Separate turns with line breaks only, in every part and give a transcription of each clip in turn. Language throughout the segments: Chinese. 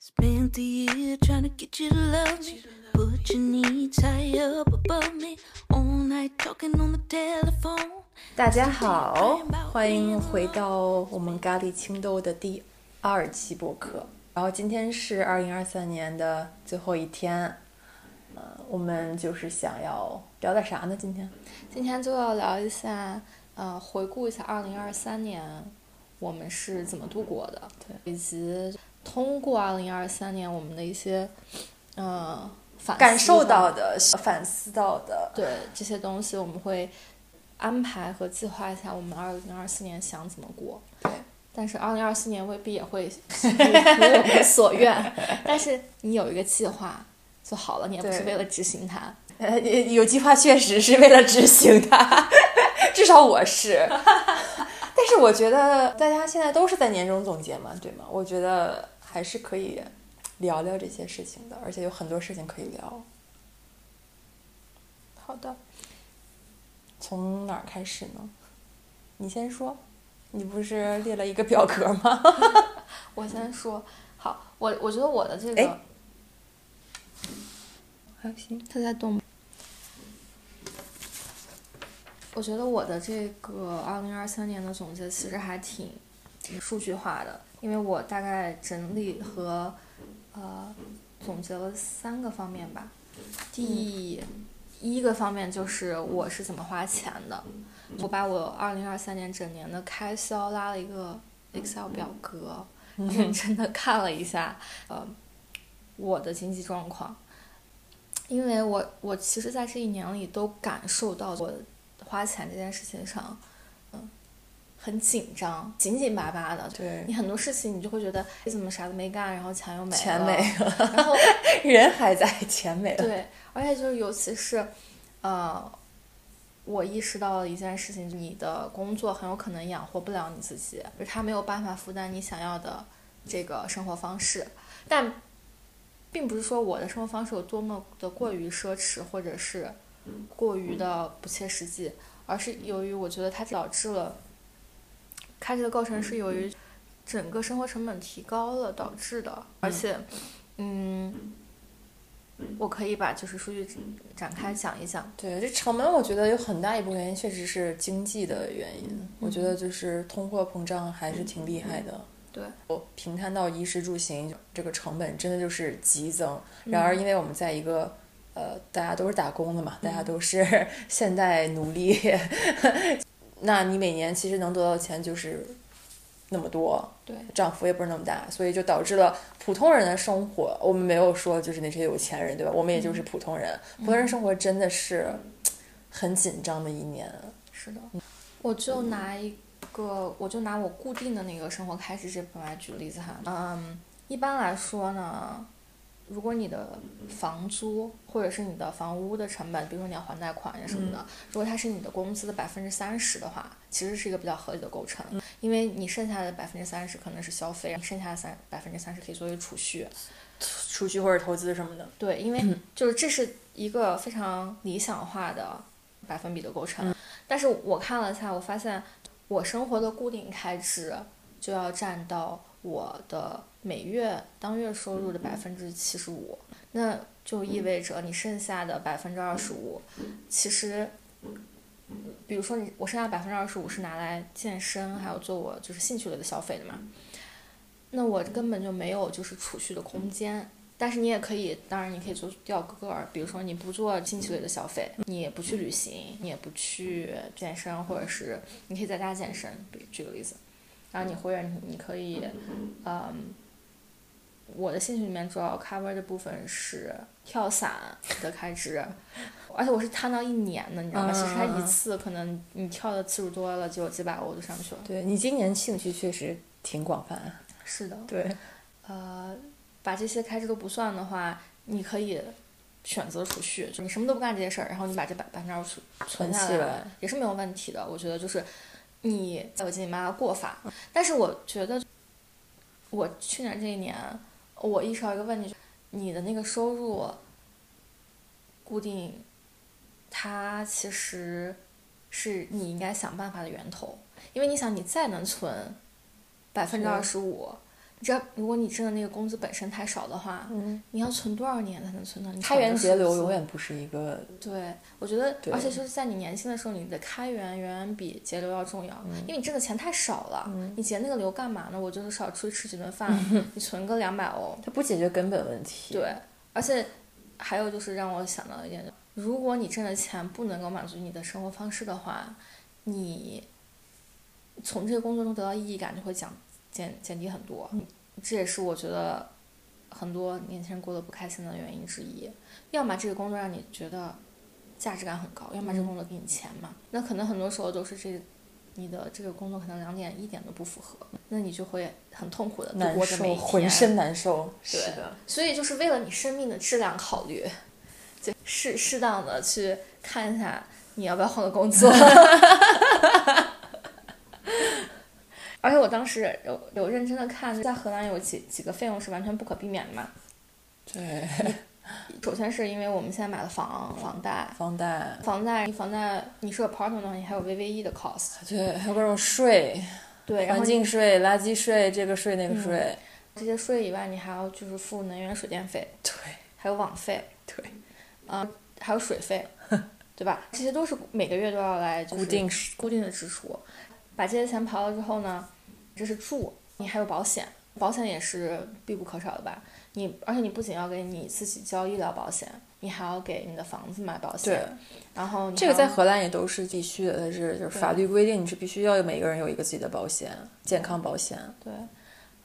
Spent the year trying to get you to love me. Put your needs high up above me. All night talking on the telephone.
大家好，欢迎回到我们咖喱青豆的第二期播客。然后今天是二零二三年的最后一天，呃，我们就是想要聊点啥呢？今天
今天就要聊一下，呃，回顾一下二零二三年我们是怎么度过的，对，以及通过二零二三年我们的一些，呃，反思吧
感受到的、反思到的，
对这些东西，我们会安排和计划一下我们二零二四年想怎么过。
对，
但是二零二四年未必 也会如我们所愿，但是你有一个计划就好了，你也不是
对
为了执行它。
呃， 有计划确实是为了执行它， 至少我是。但是我觉得大家现在都是在年终总结嘛，对吗？我觉得还是可以聊聊这些事情的，而且有很多事情可以聊。
好的，
从哪儿开始呢？你先说，你不是列了一个表格吗？
我先说，好，我我觉得我的这
哎
个。
还行，
它在动。我觉得我的这个二零二三年的总结其实还挺数据化的，因为我大概整理和呃总结了三个方面吧。第一个方面就是我是怎么花钱的，我把我二零二三年整年的开销拉了一个 Excel 表格，认真的看了一下，呃，我的经济状况。因为我我其实，在这一年里都感受到我花钱这件事情上，嗯，很紧张，紧紧巴巴的。
对
你很多事情，你就会觉得你怎么啥都没干，然后钱又没了，
钱没了，
然后
人还在，钱没了。
对，而且就是尤其是，呃，我意识到了一件事情，你的工作很有可能养活不了你自己，就是他没有办法负担你想要的这个生活方式，但并不是说我的生活方式有多么的过于奢侈，或者是过于的不切实际，而是由于我觉得它导致了开支的构成是由于整个生活成本提高了导致的，而且，嗯，我可以把就是数据展开讲一讲。
对，这成本我觉得有很大一部分原因确实是经济的原因。我觉得就是通货膨胀还是挺厉害的。
对，
我平摊到衣食住行这个成本真的就是激增。然而，因为我们在一个呃，大家都是打工的嘛，大家都是 现代奴隶， 那你每年其实能得到的钱就是那么多，
对
涨幅也不是那么大，所以就导致了普通人的生活，我们没有说就是那些有钱人，对吧？我们也就是普通人，普通人生活真的是很紧张的一年。
是的，我就拿一个，我就拿我固定的那个生活开支这部分来举例子哈。嗯，一般来说呢，如果你的房租或者是你的房屋的成本，比如说你要还贷款呀什么的，如果它是你的工资的百分之三十的话，其实是一个比较合理的构成，因为你剩下的百分之三十可能是消费，你剩下的三百分之三十可以作为储蓄。
储蓄或者投资什么的，
对，因为就是这是一个非常理想化的百分比的构成。但是我看了一下，我发现我生活的固定开支就要占到我的每月当月收入的百分之七十五，那就意味着你剩下的百分之二十五，其实。比如说你，我剩下百分之二十五是拿来健身，还有做我就是兴趣类的消费的嘛，那我根本就没有就是储蓄的空间，但是你也可以，当然你可以做掉个儿，比如说你不做兴趣类的消费，你也不去旅行，你也不去健身，或者是你可以在家健身，比举个例子，然后你或者你你可以，嗯，我的兴趣里面主要 cover 的部分是跳伞的开支，而且我是摊到一年的，你知道吗？
嗯
其实它
嗯
一
嗯
次可能你跳的次数多了，就有几百欧就上去了。
对你今年兴趣确实挺广泛。啊
是的，
对，
呃，把这些开支都不算的话，你可以选择储蓄，就你什么都不干这些事儿，然后你把这百百分之二十
存
存下
起
来
来，
也是没有问题的。我觉得就是你有自己妈的过法，
嗯
但是我觉得我去年这一年，我意识到一个问题，你的那个收入固定，它其实是你应该想办法的源头，因为你想你再能存百分之二十五，你知道，如果你真的那个工资本身太少的话，
嗯，
你要存多少年才能存到你
开源节流永
远。
远不是一个
对，我觉得，
对
而且就是在你年轻的时候，你的开源远远比节流要重要，因为你挣的钱太少了，你节那个流干嘛呢？我就是少出去吃几顿饭，你存个两百欧，
它不解决根本问题。
对，而且还有就是让我想到一点，如果你挣的钱不能够满足你的生活方式的话，你从这个工作中得到意义感就会降减减低很多。
嗯
这也是我觉得很多年轻人过得不开心的原因之一。要么这个工作让你觉得价值感很高，要么这个工
嗯
作给你钱嘛。那可能很多时候都是这。你的这个工作可能两点一点都不符合，那你就会很痛苦的度
难
过这么一
受，
天，
浑身难受。是
对
的，
所以就是为了你生命的质量考虑，就适适当的去看一下你要不要换个工作。 而且我当时有有认真的看，在荷兰有几几个费用是完全不可避免的嘛。
对，
首先是因为我们现在买了房，房贷，
房贷，
房贷，你房贷你是 apartment 的话，你还有 VVE 的 cost，
对，还有各种税，
对，然
环
后你嗯
境税、垃圾税，这个税那个税，
这些税以外，你还要就是付能源、水电费，
对
还有网费，
对，
啊、还有 水费，对吧？这些都是每个月都要来就是
固定是
固定的支出。把这些钱刨了之后呢，这是住，你还有保险，保险也是必不可少的吧？你而且你不仅要给你自己交医疗保险，你还要给你的房子买保
对
险，，然后你
这个
还
在
要
荷兰也都是必须的，它是就是法律规定，你是必须要有每个人有一个自己的保险，健康保险。
对，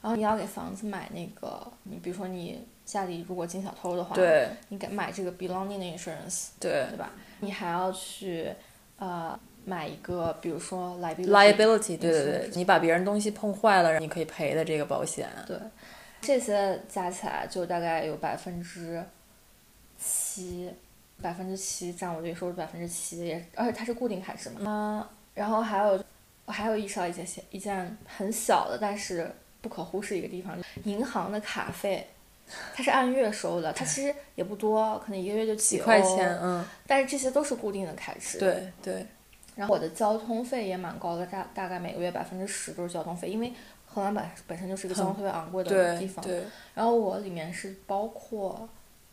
然后你要给房子买那个，你比如说你家里如果进小偷的话，，
对
你给买这个 belonging 的 insurance，
对
对吧？你还要去呃买一个，比如说 liability
，liability，对对
是
对，你把别人东西碰坏了，你可以赔的这个保险。
对，这些加起来就大概有百分之七，百分之七占我这收入百分之七，也而且它是固定开支嘛。嗯，然后还有我还有意识到一件小一件很小的，但是不可忽视一个地方，就是银行的卡费。它是按月收的，它其实也不多，可能一个月就
几
几
块
欧
钱，，嗯，
但是这些都是固定的开支。
对对，
然后我的交通费也蛮高的，大大概每个月百分之十都是交通费，因为荷兰本本身就是一个交通特别昂贵的地
对
方。
对，
然后我里面是包括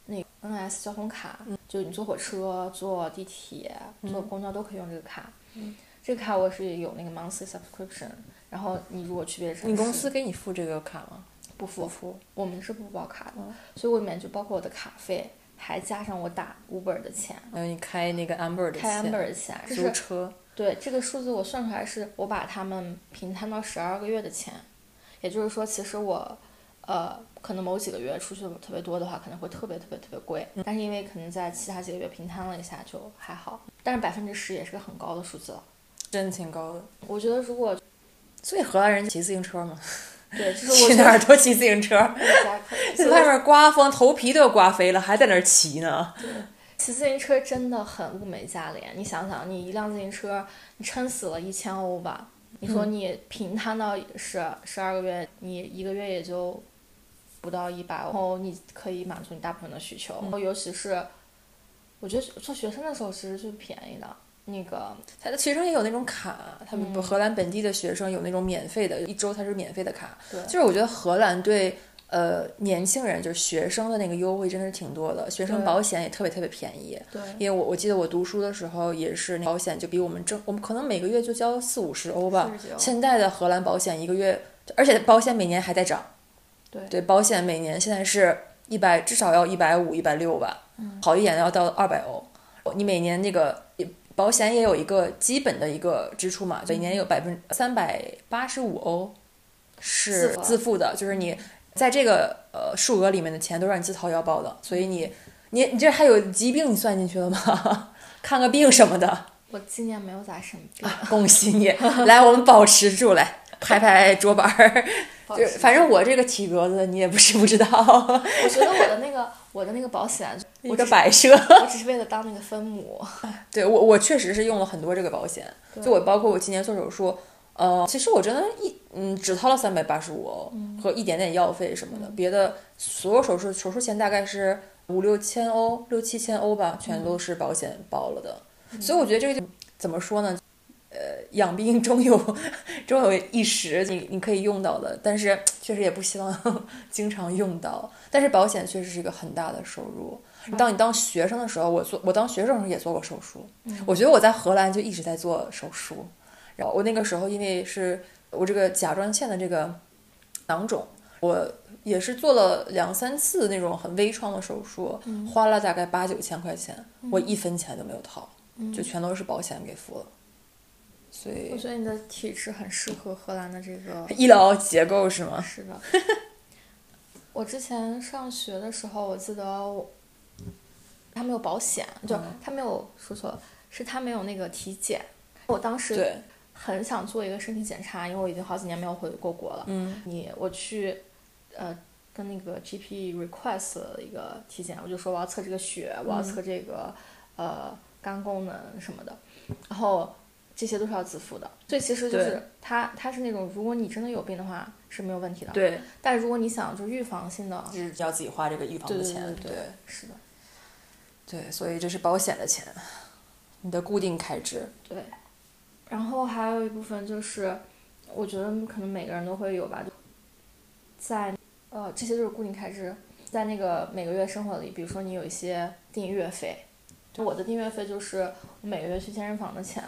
那个 NS 交通卡，
嗯
就是你坐火车、坐地铁、坐公交都可以用这个卡。
嗯
这个卡我是有那个 monthly subscription，然后你如果去别的城市，
你公司给你付这个卡吗？
不付，我们是不包卡的，
嗯
所以我里面就包括我的卡费，还加上我打 Uber 的钱，
还有你开那个 Amber 的
开
线
Amber 的钱，这
租
是
车，
对这个数字我算出来是我把他们平摊到十二个月的钱，也就是说，其实我，呃，可能某几个月出去特别多的话，可能会特别特别特别贵，但是因为可能在其他几个月平摊了一下就还好，但是百分之十也是个很高的数字了。
真的挺高的。
我觉得如果
所以荷兰人骑自行车嘛，
对，就是我
去哪儿都骑自行车， 在外
外面
面刮风，头皮都要刮飞了，还在那儿骑呢。
骑自行车真的很物美价廉。你想想，你一辆自行车，你撑死了一千欧吧，你说
嗯
你平摊到十十二个月，你一个月也就不到一百欧，然后你可以满足你大部分的需
嗯
求。然后尤其是，我觉得做学生的时候其实是便宜的。那个
他的学生也有那种卡，他们
嗯
荷兰本地的学生有那种免费的，一周它是免费的卡。
对
就是我觉得荷兰对呃年轻人，就是学生的那个优惠真的是挺多的，学生
对
保险也特别特别便宜。
对
因为我我记得我读书的时候也是，那保险就比我们挣，我们可能每个月就交四五十欧吧。
49
现在的荷兰保险一个月，而且保险每年还在涨。
对
对，保险每年现在是一百，至少要一百五、一百六吧，好一点的要到二百欧。你每年那个保险也有一个基本的一个支出嘛，每年有百分三百八十五欧是
自付
自付的，就是你在这个呃数额里面的钱都让你自掏腰包的，所以你你你这还有疾病你算进去了吗？ 看个病什么的，
我今年没有 咋生病，
恭喜你！来，我们保持住，来拍拍桌板儿。
保
就
持
是反正我这个体格子，你也不是不知道，
我觉得我的那个我的那个保险，
一
我
个
只是
摆设。
我只是为了当那个分母。
对我，我确实是用了很多这个保险，就我包括我今年做手术，呃，其实我真的一嗯只掏了三百八十五欧和一点点药费什么的，别的所有手术手术钱大概是五六千欧、六七千欧吧，全都是保险包了的。所以我觉得这个就怎么说呢？呃，养病终有终有一时你，你可以用到的，但是确实也不希望 经常用到。但是保险确实是一个很大的收入。当你当学生的时候，我做我当学生的时候也做过手术，我觉得我在荷兰就一直在做手术。然后我那个时候因为是我这个甲状腺的这个囊肿，我也是做了两三次那种很微创的手术，花了大概八九千块钱，我一分钱都没有掏，就全都是保险给付了。所以
我觉得你的体质很适合荷兰的这 个
医疗结构是吗？
是的， 我之前上学的时候，我记得我他没有保险，就
嗯
他没有说错了，是他没有那个体检。我当时
对，
很想做一个身体检查，因为我已经好几年没有回过国了。
嗯
你我去呃跟那个 GP request 了一个体检，我就说我要测这个血，我
嗯
要测这个、呃肝功能什么的，然后这些都是要自付的。所以其实就
对
是它它是那种，如果你真的有病的话是没有问题的。
对，
但如果你想就是预防性的，
就是要自己花这个预防的
对对
钱，
对是的，
对所以这是保险的钱，你的固定开支，
对。然后还有一部分就是，我觉得可能每个人都会有吧，就在呃这些就是固定开支，在那个每个月生活里，比如说你有一些订阅费，就我的订阅费就是我每个月去健身房的钱。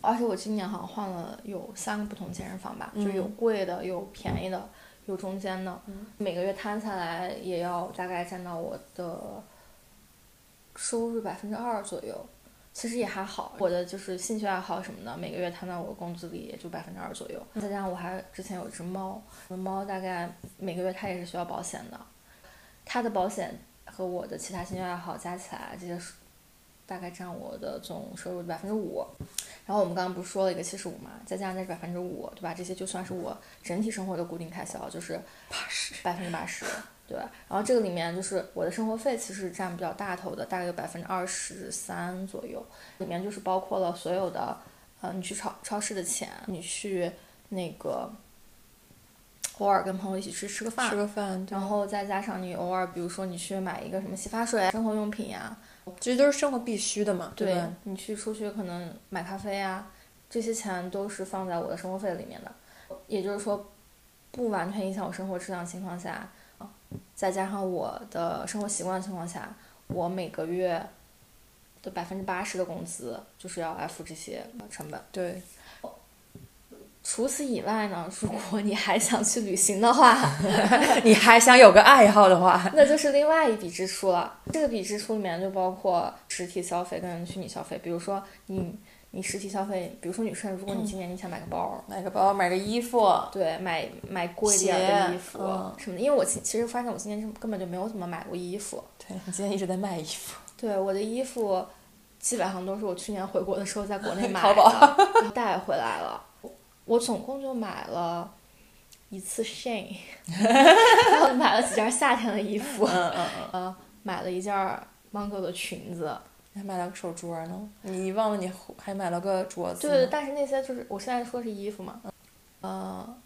而且我今年好像换了有三个不同健身房吧，就是有贵的，有便宜的，有中间的。每个月摊下来也要大概占到我的收入百分之二左右，其实也还好。我的就是兴趣爱好什么的，每个月摊到我的工资里也就百分之二左右。再加上我还之前有只猫，我的猫大概每个月它也是需要保险的，它的保险和我的其他兴趣爱好加起来，这些是大概占我的总收入的百分之五。然后我们刚刚不是说了一个七十五嘛，再加上这百分之五，对吧？这些就算是我整体生活的固定开销，就是八十百分之八十，对。然后这个里面就是我的生活费其实占比较大头的，大概有百分之二十三左右，里面就是包括了所有的，呃，你去超超市的钱，你去那个偶尔跟朋友一起去吃个饭，
吃个饭，
然后再加上你偶尔，比如说你去买一个什么洗发水、啊生活用品呀、
这都是生活必须的嘛，
对
吧？
你去出去可能买咖啡呀、这些钱都是放在我的生活费里面的，也就是说，不完全影响我生活质量的情况下，啊再加上我的生活习惯的情况下，我每个月的百分之八十的工资就是要来付这些成本。
对，
除此以外呢，如果你还想去旅行的话，
你还想有个爱好的话，
那就是另外一笔支出了。这个笔支出里面就包括实体消费跟虚拟消费。比如说你你实体消费，比如说女生，如果
嗯
你今年你想买个包儿，
买个包，买个衣服，
对，买买贵点儿的
鞋
衣服、
嗯
什么的。因为我其其实发现我今年根本就没有怎么买过衣服，
对你今天一直在卖衣服，
对我的衣服基本上都是我去年回国的时候在国内买
淘
的，
宝
然后 带回来了。我总共就买了一次 Shane，然后 买了几件夏天的衣服。
嗯嗯嗯，
呃，买了一件儿 Mango 的裙子，
你还买了个手镯呢，你忘了你还买了个镯子
对
呢，
对，但是那些就是我现在说的是衣服嘛，嗯呃，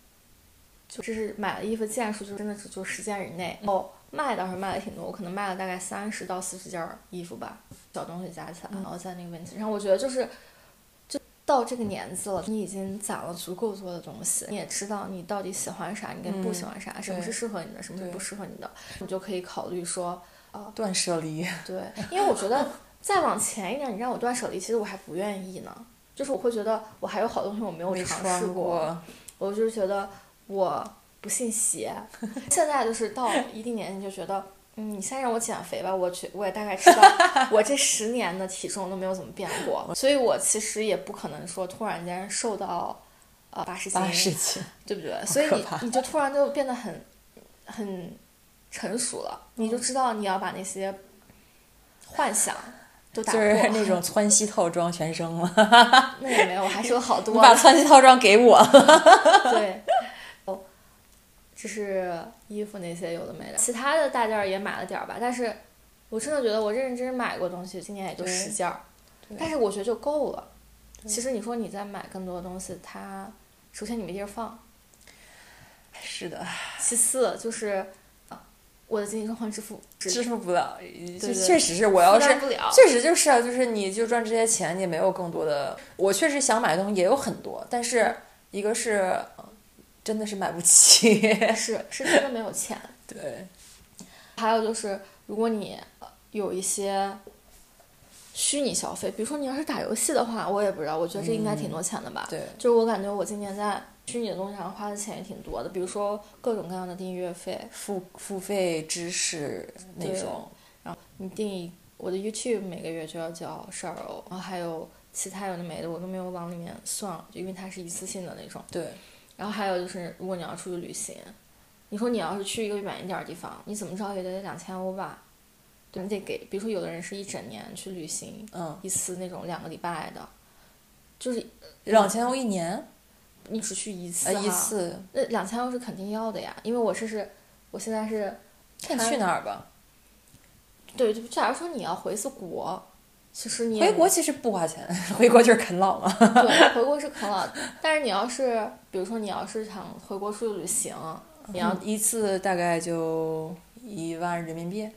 就这是买了衣服件数，就真的是就十件以内。
嗯
哦，卖倒是卖了挺多，我可能卖了大概三十到四十件儿衣服吧，小东西加起
嗯
来，然后在那个问题上，我觉得就是。就到这个年纪了，你已经攒了足够多的东西，你也知道你到底喜欢啥，你跟不喜欢啥，什么
嗯对
是适合你的，什么是
对
不适合你的，你就可以考虑说，
断舍离，
对，因为我觉得再往前一点，你让我断舍离，其实我还不愿意呢。就是我会觉得我还有好东西我没有
没
尝
穿
试过，
过，
我就是觉得我不信邪。现在就是到一定年纪就觉得，嗯，你先让我减肥吧，我去，我也大概知 道我这十年的体重都没有怎么变过，所以我其实也不可能说突然间瘦到呃八十斤，
八十斤，
对不对？所以
可
你
怕
你就突然就变得很很成熟了，你就知道你要把那些幻想都打
就
破。
是那种窜稀套装全扔了，
那也没有，还是有好
你
多
把
的。
窜稀套装给我，
对，哦，只是衣服那些有的没的，其他的大件儿也买了点儿吧。但是我真的觉得我认认真真买过东西，今年也就
对
十件儿，
对
但是我觉得就够了。其实你说你再买更多的东西，它首先你没地儿放，
是的，
其次就是，啊我的经济状况支付支
支付不了，就
对
确实是我要是
负担不了
确实就是啊，就是你就赚这些钱，你没有更多的。我确实想买的东西也有很多，但是一个是呃真的是买不起，
是是真的没有钱。
对，
还有就是，如果你呃有一些虚拟消费，比如说你要是打游戏的话，我也不知道，我觉得这应该挺多钱的吧。
对
就是我感觉我今年在虚拟的东西上花的钱也挺多的，比如说各种各样的订阅费，
付付费知识那
对
种，
然后你订一我的 YouTube 每个月就要交十二欧，然后还有其他有的没的我都没有往里面算，就因为它是一次性的那种。
对，
然后还有就是，如果你要出去旅行，你说你要是去一个远一点儿的地方，你怎么着也得两千欧吧？对，你得给，比如说有的人是一整年去旅行
嗯，
一次那种两个礼拜的，就是
两千欧一年，
你只去一次
呃，
哈，
一次，
那两千欧是肯定要的呀，因为我这是我现在是
看你去哪儿吧。
对，就假如说你要回一次国，其实你也
回国其实不花钱， 回国就是啃老嘛。
对，回国是啃老，但是你要是比如说你要是想回国出去旅行，你要
一次大概就一万人民币，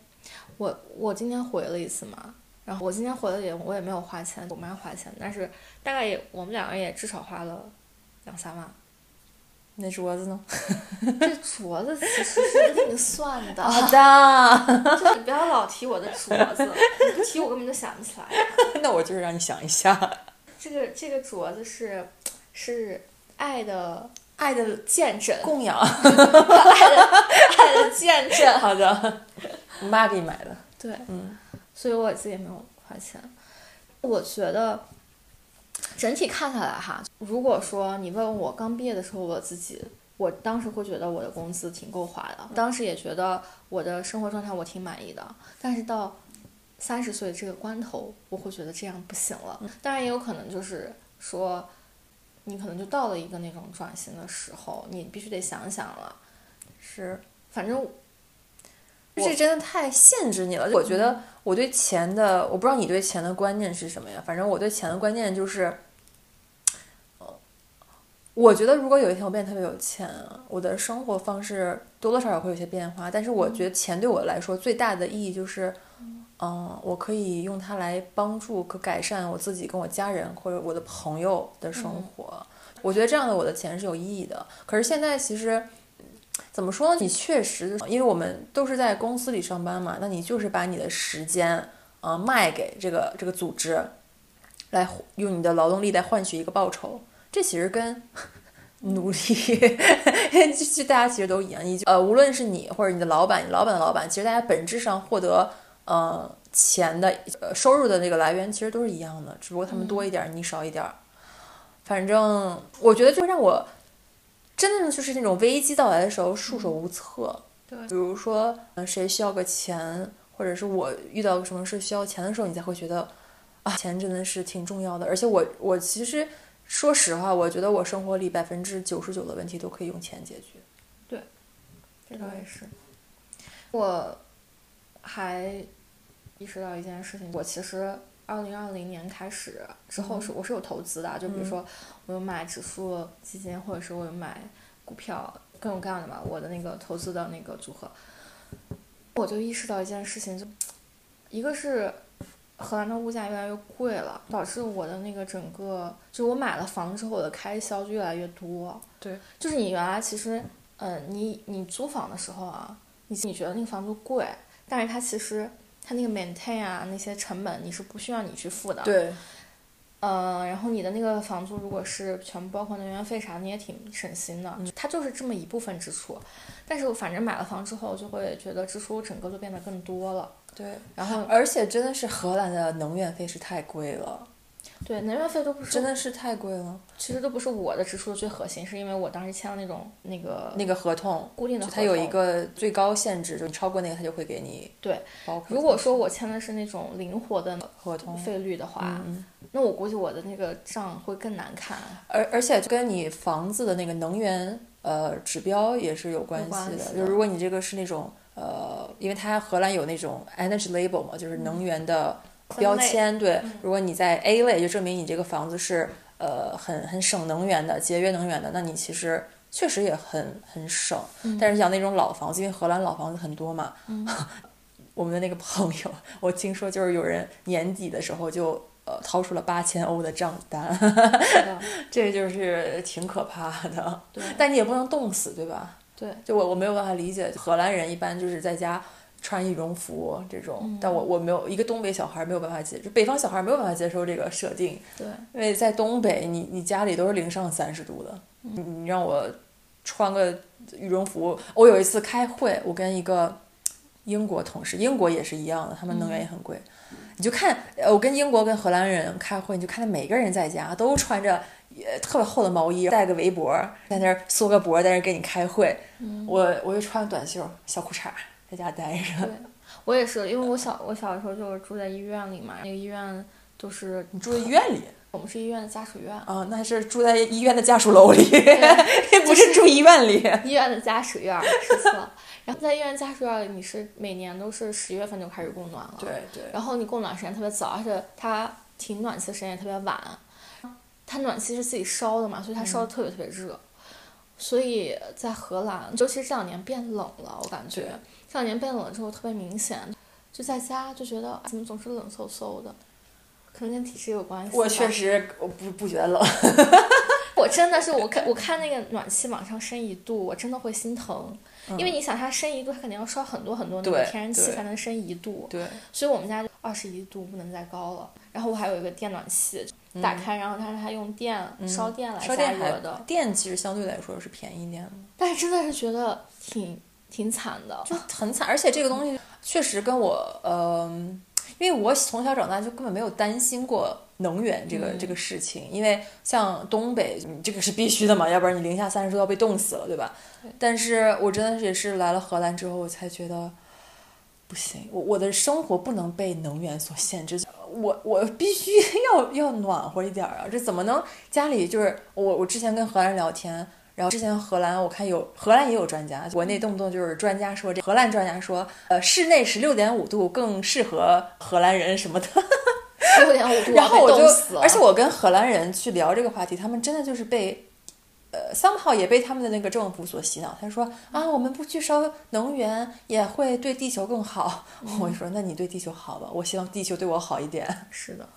我我今天回了一次嘛，然后我今天回了也我也没有花钱，我妈花钱，但是大概也我们两个人也至少花了两三万。
那镯子 呢？
这镯子其实是给你算的，
的，
就是你不要老提我的镯子， 你不提我根本就想不起来。
那我就是让你想一下。
这个这个镯子是是爱的爱的见证，
供养。
爱的爱的 见证。
好的，你妈给你买的。
对，
嗯，
所以我自己也没有花钱。我觉得整体看下来哈，如果说你问我刚毕业的时候我自己，我当时会觉得我的工资挺够花
嗯
的，当时也觉得我的生活状态我挺满意的。但是到三十岁这个关头，我会觉得这样不行了。
嗯
当然也有可能就是说，你可能就到了一个那种转型的时候，你必须得想想了。
是，
反正我
这真的太限制你了。嗯我觉得我对钱的，我不知道你对钱的观念是什么呀？反正我对钱的观念就是，呃我觉得如果有一天我变得特别有钱啊，我的生活方式多多少少会有些变化。但是我觉得钱对我来说最大的意义就是。嗯，我可以用它来帮助和改善我自己、跟我家人或者我的朋友的生活。我觉得这样的我的钱是有意义的。可是现在其实，怎么说呢？你确实，因为我们都是在公司里上班嘛，那你就是把你的时间，呃，卖给这个这个组织，来换用你的劳动力来换取一个报酬。这其实跟 奴隶，就就大家其实都一样。你就呃，无论是你或者你的老板，你老板的老板，其实大家本质上获得呃钱的呃收入的那个来源其实都是一样的，只不过他们多一点儿，你少一点儿。反正我觉得就会让我真的就是那种危机到来的时候束手无策。
对
比如说，呃，谁需要个钱，或者是我遇到个什么事需要钱的时候，你才会觉得啊，钱真的是挺重要的。而且我我其实说实话，我觉得我生活里百分之九十九的问题都可以用钱解决。
这个我也是。我还意识到一件事情，我其实二零二零年开始之后是、我是有投资的啊，就比如说我有买指数基金，或者是我有买股票，各种各样的吧，我的那个投资的那个组合。我就意识到一件事情，就一个是荷兰的物价越来越贵了，导致我的那个整个，就我买了房之后，我的开销就越来越多。
对，
就是你原来其实，呃，你你租房的时候啊，你你觉得那个房租贵，但是它其实它那个 maintain 啊那些成本你是不需要你去付的。，
对，
呃，然后你的那个房租如果是全部包括能源费啥，你也挺省心
嗯
的。它就是这么一部分支出，但是我反正买了房之后，就会觉得支出整个就变得更多了。
对，
然后
而且真的是荷兰的能源费是太贵了，
对能源费都不是
真的是太贵了。
其实都不是我的支出的最核心，是因为我当时签了那种那个
那个合同，
固定的
就
合
它有一
同
个最高限制，就你超过那个，它就会给你
对。
包括
如果说我签的是那种灵活的
合同
费率的话，
嗯
那我估计我的那个账会更难看。
而而且就跟你房子的那个能源呃指标也是有关系的。
有关系
就
的
如果你这个是那种呃，因为它荷兰有那种 energy label 嘛，就是能源的标签。对，如果你在 A 类，就证明你这个房子是呃很很省能源的、节约能源的，那你其实确实也很很省。但是像那种老房子，因为荷兰老房子很多嘛， 我们的那个朋友，我听说就是有人年底的时候就呃掏出了八千欧的账单，
的
这就是挺可怕的。
对
但你也不能冻死，对吧？
对，
就我我没有办法理解，荷兰人一般就是在家穿羽绒服这种，但我我没有一个东北小孩没有办法接，就北方小孩没有办法接受这个设定，
对，
因为在东北你你家里都是零上三十度的，你你让我穿个羽绒服，我有一次开会，我跟一个英国同事，英国也是一样的，他们能源也很贵。
嗯
你就看，呃，我跟英国跟荷兰人开会，你就看他每个人在家都穿着呃特别厚的毛衣，戴个围脖，在那儿缩个脖，在那儿给你开会。
嗯
我我就穿短袖、小裤衩在家待着
对。我也是，因为我小我小的时候就是住在医院里嘛，那个医院就是
你住在医院里
我们是医院的家属院，
啊？那是住在医院的家属楼里， 不是住医院 里。
医院的家属院儿是错。然后在医院家属院儿里，你是每年都是十月份就开始供暖了，
对对，
然后你供暖时间特别早，而且它停暖气的时间也特别晚。它暖气是自己烧的嘛，所以它
嗯
烧的特别特别热。所以在荷兰，尤其是这两年变冷了，我感觉
对
这两年变冷了之后特别明显，就在家就觉得啊怎么总是冷飕飕的，可能跟体质有关系吧。
我确实我不不觉得冷。
我真的是我看我看那个暖气往上升一度，我真的会心疼，因为你想它升一度，它肯定要烧很多很多那个
嗯对
天然气
对
才能升一度。
对，
所以我们家二十一度不能再高了。然后我还有一个电暖器，打开，然后它是还用电、嗯烧电来
烧
加
电
热
还
的，
电其实相对来说是便宜一点的。
但是真的是觉得挺挺惨的。
很惨，而且这个东西确实跟我，嗯、因为我从小长大就根本没有担心过能源这个、这个事情，因为像东北，你这个是必须的嘛，要不然你零下三十度要被冻死了，对吧？但是我真的是也是来了荷兰之后，我才觉得不行，我我的生活不能被能源所限制，我我必须 要要暖和一点儿啊！这怎么能家里就是我我之前跟荷兰人聊天，然后之前荷兰我看有荷兰也有专家，国内动不动就是专家说这荷兰专家说，呃，室内十六点五度更适合荷兰人什么的，
六点 五度，
然后
被
我
冻死
就，
了。
而且我跟荷兰人去聊这个话题，他们真的就是被，呃，somehow 也被他们的那个政府所洗脑。他说啊，我们不去烧能源也会对地球更好。 我就说，那你对地球好吧，我希望地球对我好一点。
是的，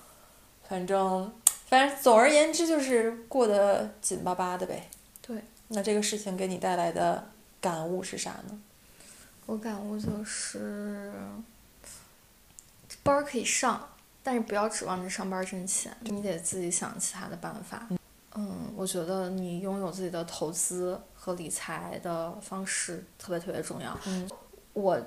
反正，反正总而言之就是过得紧巴巴的呗。
对
那这个事情给你带来的感悟是啥呢？
我感悟就是，班儿可以上，但是不要指望着上班挣钱，你得自己想其他的办法。嗯，我觉得你拥有自己的投资和理财的方式特别特别重要。
嗯，
我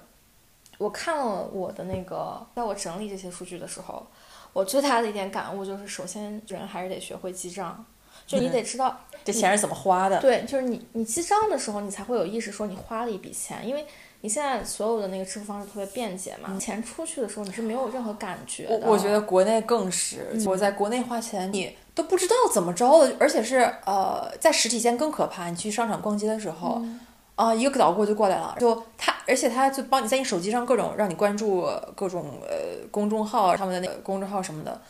我看了我的那个，在我整理这些数据的时候，我最大的一点感悟就是，首先人还是得学会记账，就你得知道
这钱是怎么花的？
对，就是你你记账的时候，你才会有意识说你花了一笔钱，因为你现在所有的那个支付方式特别便捷嘛，钱出去的时候你是没有任何感觉的。
嗯我我觉得国内更是，我在国内花钱你都不知道怎么着的，而且是呃，在实体店更可怕。你去商场逛街的时候，啊、一个导购就过来了，就他，而且他就帮你在你手机上各种让你关注呃各种呃公众号，他们的那个公众号什么的。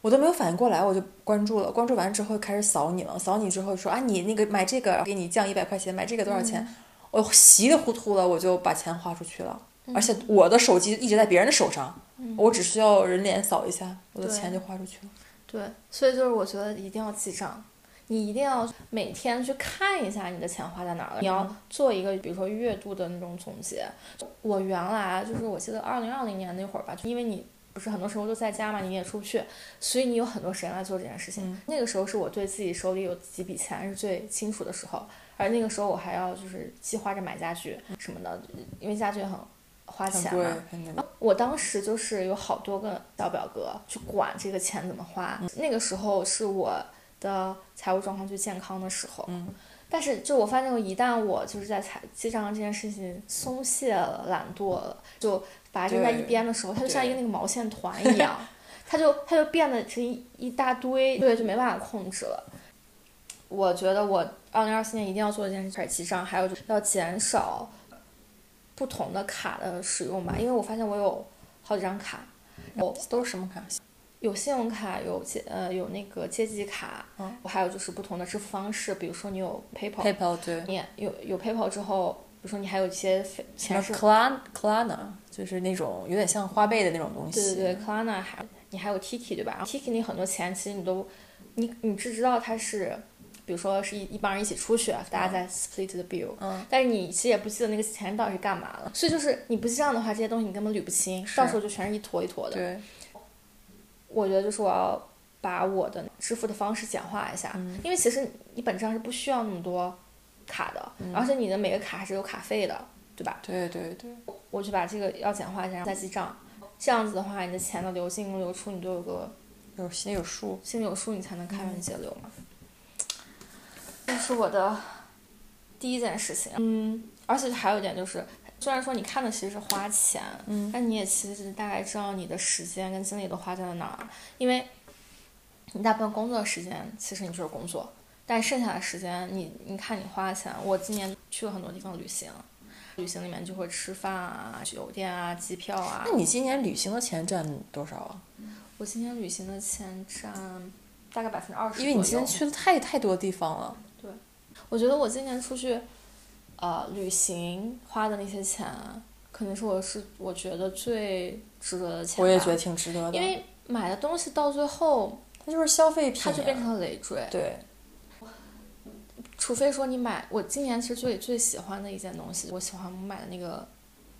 我都没有反应过来，我就关注了。关注完之后开始扫你了，扫你之后说啊，你那个买这个给你降一百块钱，买这个多少钱？我稀里糊涂的我就把钱花出去了，而且我的手机一直在别人的手上，我只需要人脸扫一下，我的
对
钱就花出去了。
对，所以就是我觉得一定要记账，你一定要每天去看一下你的钱花在哪儿了，你要
嗯
做一个比如说月度的那种总结。我原来啊就是我记得二零二零年那会儿吧，就因为你。不是很多时候都在家嘛，你也出不去，所以你有很多时间来做这件事情。
嗯
那个时候是我对自己手里有几笔钱是最清楚的时候，而那个时候我还要就是计划着买家具什么的，因为家具很花
很
钱
贵
嘛。，
很那个
啊我当时就是有好多个小表格去管这个钱怎么花，
嗯
那个时候是我的财务状况最健康的时候。
嗯
但是就我发现，一旦我就是在财记账这件事情松懈了、懒惰了，就把它扔在一
对
边的时候，它就像一个
对
那个毛线团一样，它就它就变得成一一大堆，对，就没办法控制了。我觉得我二零二四年一定要做一件事，开始记账，还有就是要减少不同的卡的使用吧，因为我发现我有好几张卡，我
哦都是什么卡？
有信用卡，有阶呃有那个阶级卡，
嗯
我还有就是不同的支付方式，比如说你有 PayPal，
PayPal 对，
你有有 PayPal 之后，比如说你还有一些非钱
那
是
Klarna Klarna 就是那种有点像花呗的那种东西，
对对对，Klarna 还你还有 Tiki 对吧？Tiki 你很多钱其实你都，你你只知道它是，比如说是一一帮人一起出去，啊大家在 split the bill，
嗯，
但是你其实也不记得那个钱到底是干嘛了，所以就是你不记账的话，这些东西你根本捋不清，
是
到时候就全是一坨一坨的。
对
我觉得就是我要把我的支付的方式简化一下，
嗯
因为其实你本质上是不需要那么多卡的，
嗯
而且你的每个卡还是有卡费的，对吧？
对对对，
我就把这个要简化一下，然后再记账。这样子的话，你的钱的流进跟流出，你都有个
有心里有数。
心里有数，你才能开
嗯
源节流嘛。这是我的第一件事情。嗯，而且还有一点就是，虽然说你看的其实是花钱，
嗯
但你也其实大概知道你的时间跟精力都花在了哪儿，因为你大部分工作时间其实你就是工作，但剩下的时间你你看你花的钱，我今年去了很多地方旅行。旅行里面就会吃饭啊、酒店啊、机票啊。
那你今年旅行的钱占多少啊？
我今天旅行的钱占大概百分之二十，
因为你今年去的太太多地方了。
我觉得我今年出去，呃，旅行花的那些钱，可能是我是我觉得最值得的钱吧。
我也觉得挺值得的，
因为买的东西到最后，
它就是消费品呀，
它就变成了累赘。
对，
除非说你买，我今年其实最最喜欢的一件东西，我喜欢我买的那个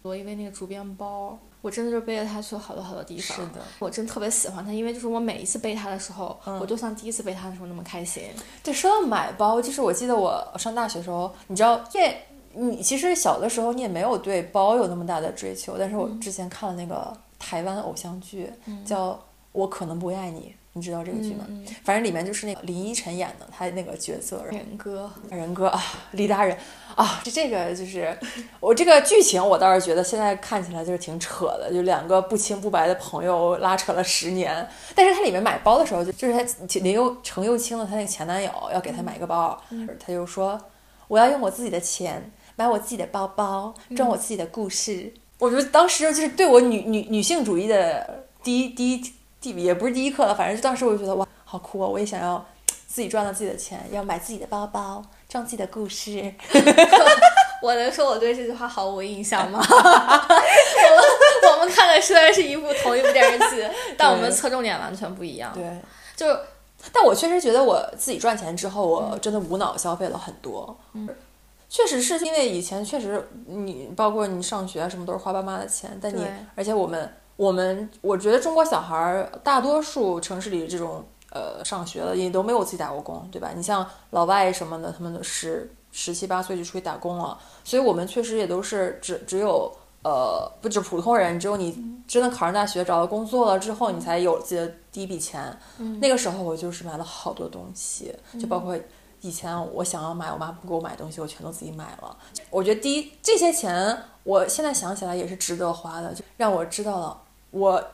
罗意威那个竹编包，我真的就背着它去了好多好多地方。
是的，
我真特别喜欢它，因为就是我每一次背它的时候，
嗯
我都像第一次背它的时候那么开心。
对，说到买包，就是我记得我上大学的时候，你知道，因为你其实小的时候你也没有对包有那么大的追求，但是我
嗯
之前看了那个台湾偶像剧，叫《我可能不会爱你》，你知道这个剧吗？
嗯嗯
反正里面就是那个林依晨演的，她那个角色，然后
人哥，
人哥啊，李大人啊，这这个就是我这个剧情，我倒是觉得现在看起来就是挺扯的，就两个不清不白的朋友拉扯了十年。但是他里面买包的时候，就就是他林又程又青的她那个前男友要给她买个包，他就说我要用我自己的钱买我自己的包包，装我自己的故事。我觉得当时就是对我女女女性主义的第一第一第一也不是第一课了，反正就当时我就觉得哇，好酷啊！我也想要自己赚到自己的钱，要买自己的包包，装自己的故事。
我能说我对这句话毫无印象吗？我们我们看的虽然是一部同一部电视 剧，但我们侧重点完全不一样。
对，
就是
但我确实觉得我自己赚钱之后，我真的无脑消费了很多。嗯，确实是因为以前确实你包括你上学啊什么都是花爸妈的钱，但你
对
而且我们我们我觉得中国小孩儿大多数城市里这种呃上学的也都没有自己打过工，对吧？你像老外什么的，他们都十十七八岁就出去打工了，所以我们确实也都是只只有。呃，不止普通人，只有你真的考上大学，找到工作了之后，你才有自己的第一笔钱。那个时候我就是买了好多东西，就包括以前我想要买，我妈不给我买东西，我全都自己买了。我觉得第一这些钱，我现在想起来也是值得花的，就让我知道了我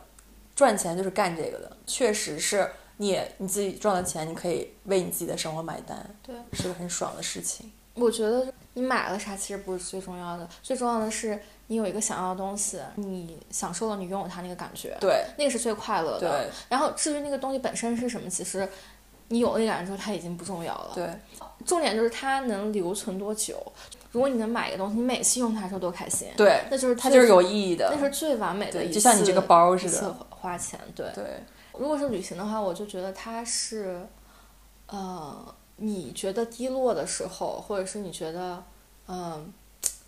赚钱就是干这个的，确实是你你自己赚的钱，你可以为你自己的生活买单，
对，
是个很爽的事情。
我觉得你买了啥其实不是最重要的，最重要的是你有一个想要的东西，你享受了你拥有它那个感觉，
对
那个是最快乐的。
对
然后至于那个东西本身是什么，其实你有那个感觉之后，它已经不重要了。
对，
重点就是它能留存多久。如果你能买一个东西，你每次用它的时候都开心，
对
那就是
它
最
就是有意义的
那。是最完美的
对
一次，
就像你这个包似的
一次花钱。对，
对，
如果是旅行的话，我就觉得它是，呃，你觉得低落的时候，或者是你觉得嗯、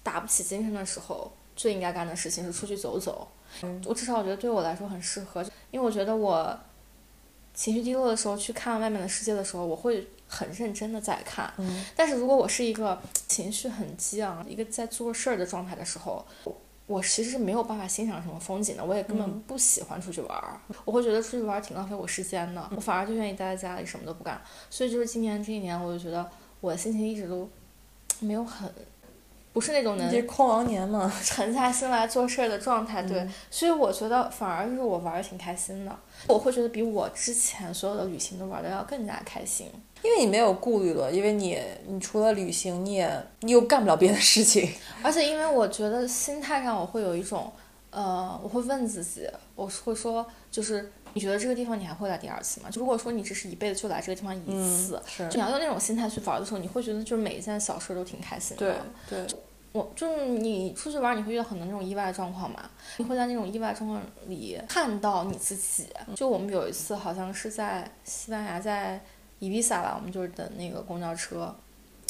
打不起精神的时候，最应该干的事情是出去走走。
嗯
我至少我觉得对我来说很适合，因为我觉得我情绪低落的时候去看外面的世界的时候，我会很认真的在看。
嗯
但是如果我是一个情绪很激昂、一个在做事儿的状态的时候，我其实是没有办法欣赏什么风景的，我也根
嗯
本不喜欢出去玩儿，我会觉得出去玩儿挺浪费我时间的，
嗯
我反而就愿意待在家里什么都不干。所以就是今年这一年，我就觉得我的心情一直都没有很，不是那种
你
能
这空亡年嘛，
沉下心来做事儿的状态，对，所以我觉得反而就是我玩的挺开心的，我会觉得比我之前所有的旅行都玩的要更加开心。
因为你没有顾虑了，因为你你除了旅行，你也你又干不了别的事情。
而且因为我觉得心态上我会有一种，呃，我会问自己，我会说，就是你觉得这个地方你还会来第二次吗？就如果说你只是一辈子就来这个地方一次，
是
就你要用那种心态去玩的时候，你会觉得就是每一件小事都挺开心的。
对对，
我就是你出去玩，你会遇到很多那种意外的状况嘛？你会在那种意外状况里看到你自己。就我们有一次好像是在西班牙，在伊比萨吧，我们就是等那个公交车，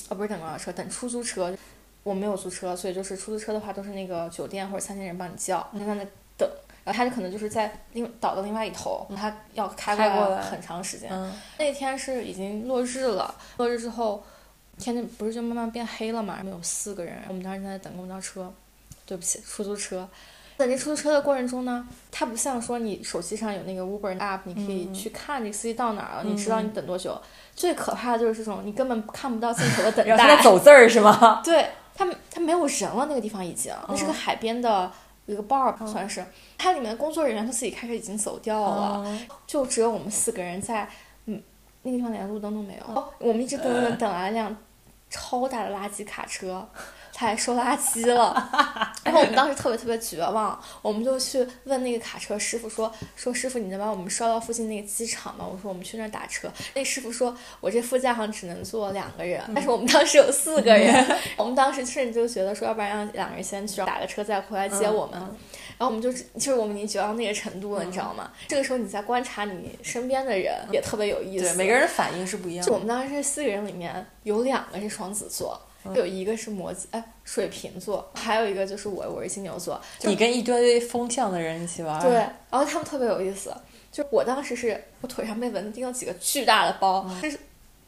啊不是等公交车，等出租车。我没有租车，所以就是出租车的话都是那个酒店或者餐厅人帮你叫，你就在那等。然后他就可能就是在另岛的另外一头，他要开
开过来
来很长时间。
嗯
那天是已经落日了，落日之后，天就不是就慢慢变黑了嘛？我们有四个人，我们当时在等公交车，对不起，出租车。等这出租车的过程中呢，它不像说你手机上有那个 Uber app，你可
嗯
以去看这个司机到哪儿了，你知道你等多久。最可怕的就是这种你根本看不到尽头的等
然后他
待
在。走字儿是吗？
对，它它没有人了，那个地方已经，那
哦
是个海边的一个 bar 吧算是，它里面的工作人员他自己开始已经走掉
哦
了， 就只有我们四个人在，嗯，那个地方连路灯都没有，我们一直等等等等来一辆超大的垃圾卡车。才收垃圾了，然后我们当时特别特别绝望，我们就去问那个卡车师傅说说师傅，你能把我们捎到附近那个机场吗？我说我们去那儿打车。那师傅说我这副驾上只能坐两个人，但是我们当时有四个人， 我们当时甚至就觉得说，要不然让两个人先去打个车再回来接我们。然后我们就是就是我们已经绝望到那个程度了，你
嗯
知道吗？这个时候你在观察你身边的人，也特别有意思。
对，每个人的反应是不一样
就我
的。
们当时这四个人里面有两个是双子座，
嗯
有一个是摩羯，哎，水瓶座，还有一个就是我，我是金牛座。
你跟一堆风向的人一起玩，
对，，然后他们特别有意思，就是我当时是我腿上被蚊子叮了几个巨大的包，
嗯
但是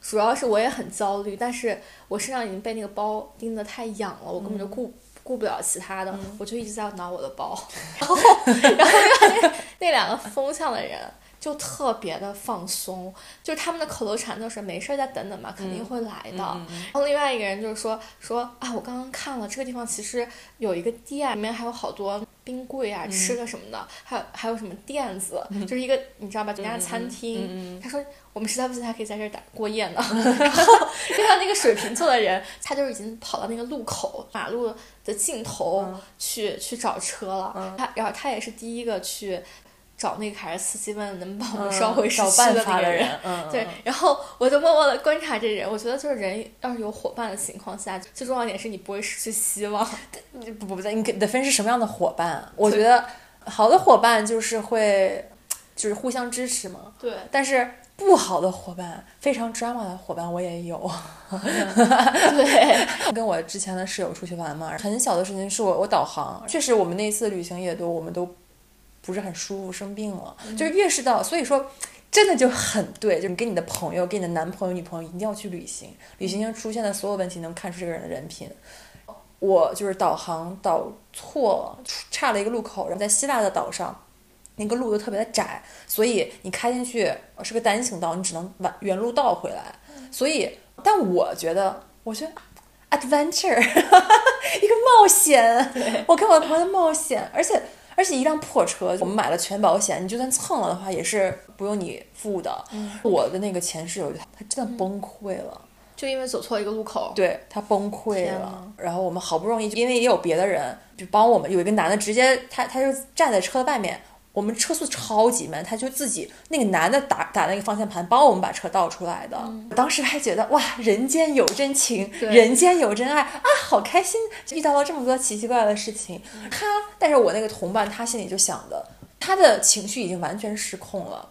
主要是我也很焦虑，但是我身上已经被那个包叮得太痒了，我根本
嗯
就顾。顾不了其他的，我就一直在挠我的包，然后，然后那那两个风向的人就特别的放松，就是他们的口头禅就是没事儿再等等吧，肯定会来的。然后另外一个人就是说说啊，我刚刚看了这个地方，其实有一个店，里面还有好多冰柜啊、吃的什么的，还有还有什么垫子，就是一个你知道吧，人家餐厅。他说我们实在不行还可以在这儿打过夜呢。然后就像那个水瓶座的人，他就已经跑到那个路口马路的尽头
嗯
去、去找车了。他然后他也是第一个去。找那个卡车司机问能不能帮我们捎回市
嗯找
区
办
的那
法
个
的
人，
人，嗯，
对，然后我就默默的观察这人，我觉得就是人要是有伙伴的情况下，最重要一点是你不会失去希望。
嗯，不不不，你得分是什么样的伙伴。啊我觉得好的伙伴就是会，就是互相支持嘛。
对，
但是不好的伙伴，非常 drama 的伙伴，我也有。
对，
跟我之前的室友出去玩嘛，很小的事情是我我导航，确实我们那次旅行也都我们都不是很舒服，生病了，就是越是到，所以说。真的就很对，就是你跟你的朋友、跟你的男朋友、女朋友一定要去旅行，旅行中出现的所有问题能看出这个人的人品。我就是导航导错了，差了一个路口，然后在希腊的岛上，那个路又特别的窄，所以你开进去呃是个单行道，你只能往原路倒回来。所以，但我觉得，我觉得啊 adventure 一个冒险，我跟我的朋友的冒险，而且而且一辆破车，我们买了全保险，你就算蹭了的话也是不用你付的。我的那个前室友，他真的崩溃了。
就因为走错一个路口，
对他崩溃
天
了
呐，
然后我们好不容易，因为也有别的人就帮我们，有一个男的直接他他就站在车的外面，我们车速超级慢，他就自己那个男的打打那个方向盘帮我们把车倒出来的，当时还觉得哇，人间有真情，
嗯对
人间有真爱啊，好开心，遇到了这么多奇奇怪怪的事情。
嗯
他，但是我那个同伴他心里就想的，他的情绪已经完全失控了。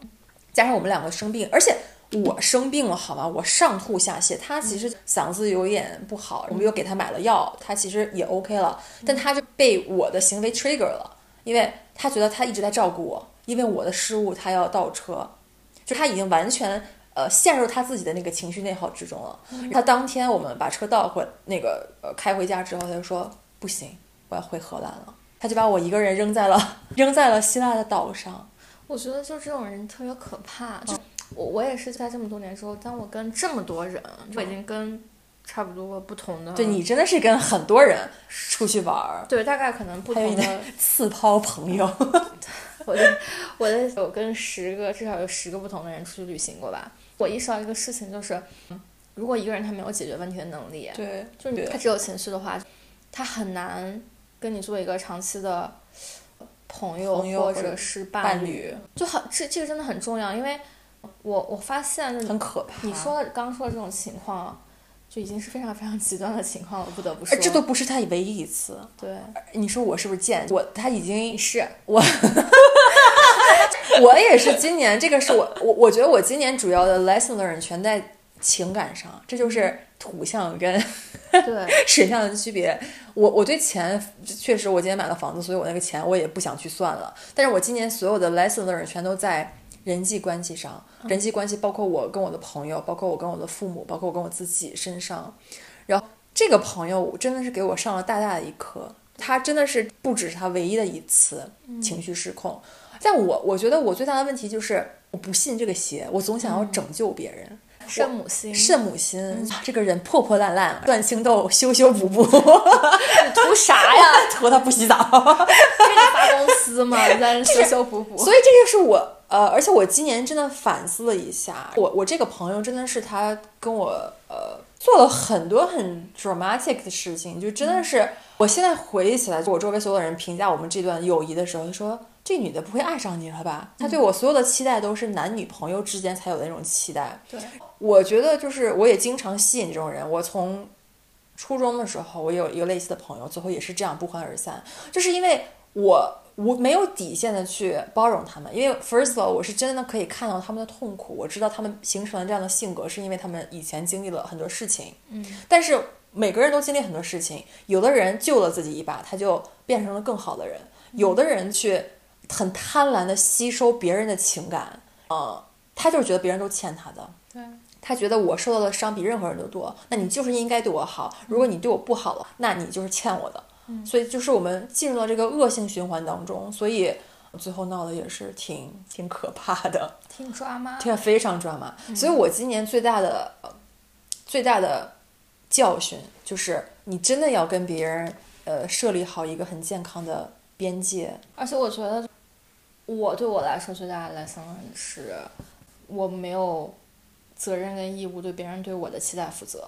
加上我们两个生病，而且我生病了，好吗？我上吐下泻，他其实嗓子有点不好，我们又给他买了药，他其实也 OK 了，但他就被我的行为 trigger 了，因为他觉得他一直在照顾我，因为我的失误他要倒车，就他已经完全。呃，陷入他自己的那个情绪内耗之中了。他当天我们把车倒回那个呃开回家之后，他就说不行，我要回荷兰了。他就把我一个人扔在了 扔在了希腊的岛上。
我觉得就这种人特别可怕。
嗯
就我我也是在这么多年之后，当我跟这么多人，就已经跟差不多不同的，
对你真的是跟很多人出去玩儿，
对大概可能不
还有
同
你的
的，
刺抛朋友，
我的我的有跟十个至少有十个不同的人出去旅行过吧。我意识到一个事情就是，嗯如果一个人他没有解决问题的能力，
对，
就是你
对
他只有情绪的话，他很难跟你做一个长期的朋友
朋友
或
或
者
者
是
伴
伴侣，
侣
就很这这个真的很重要，因为我我发现就是
很可怕。
你说的刚说的这种情况，就已经是非常非常极端的情况了，我不得不说
而，哎这都不是他唯一一次。
对，
你说我是不是贱？我他已经
是
我，我也是今年，这个是我我我觉得我今年主要的 lesson learn 全在情感上，这就是土象跟
对，
水象的区别。我我对钱确实，我今年买了房子，所以我那个钱我也不想去算了。但是我今年所有的 lesson learn 全都在人际关系上，人际关系包括我跟我的朋友，包括我跟我的父母，包括我跟我自己身上。然后这个朋友真的是给我上了大大的一课，他真的是不止他唯一的一次情绪失控。但我我觉得我最大的问题就是我不信这个邪，我总想要拯救别人。
圣母心，
圣母心，
嗯
这个人破破烂啊烂，断青豆修修补 补，
图啥呀？
图他不 洗澡。
给你发工资 嘛，你在这修修补补，
所以这就是我呃，而且我今年真的反思了一下，我我这个朋友真的是他跟我呃做了很多很 dramatic 的事情，就真
嗯
的是、我现在回忆起来，就我周围所有人评价我们这段友谊的时候，就说。这女的不会爱上你了吧？她
嗯
对我所有的期待都是男女朋友之间才有的那种期待。
对，
我觉得就是我也经常吸引这种人。我从初中的时候，我有一个类似的朋友，最后也是这样不欢而散，就是因为我我没有底线的去包容他们，因为 first of all，我是真的可以看到他们的痛苦，我知道他们形成了这样的性格，是因为他们以前经历了很多事情。嗯，但是每个人都经历很多事情，有的人救了自己一把，他就变成了更好的人；有的人去很贪婪的吸收别人的情感，呃，他就是觉得别人都欠他的。
对，
他觉得我受到的伤比任何人都多，那你就是应该对我好。如果你对我不好了，那你就是欠我的。
嗯
所以就是我们进入到这个恶性循环当中，所以最后闹的也是挺挺可怕的，
听抓妈，
对，非常抓马。
嗯
所以我今年最大的呃最大的教训就是，你真的要跟别人呃设立好一个很健康的边界。
而且我觉得，我对我来说最大的 lesson 是，我没有责任跟义务对别人对我的期待负责。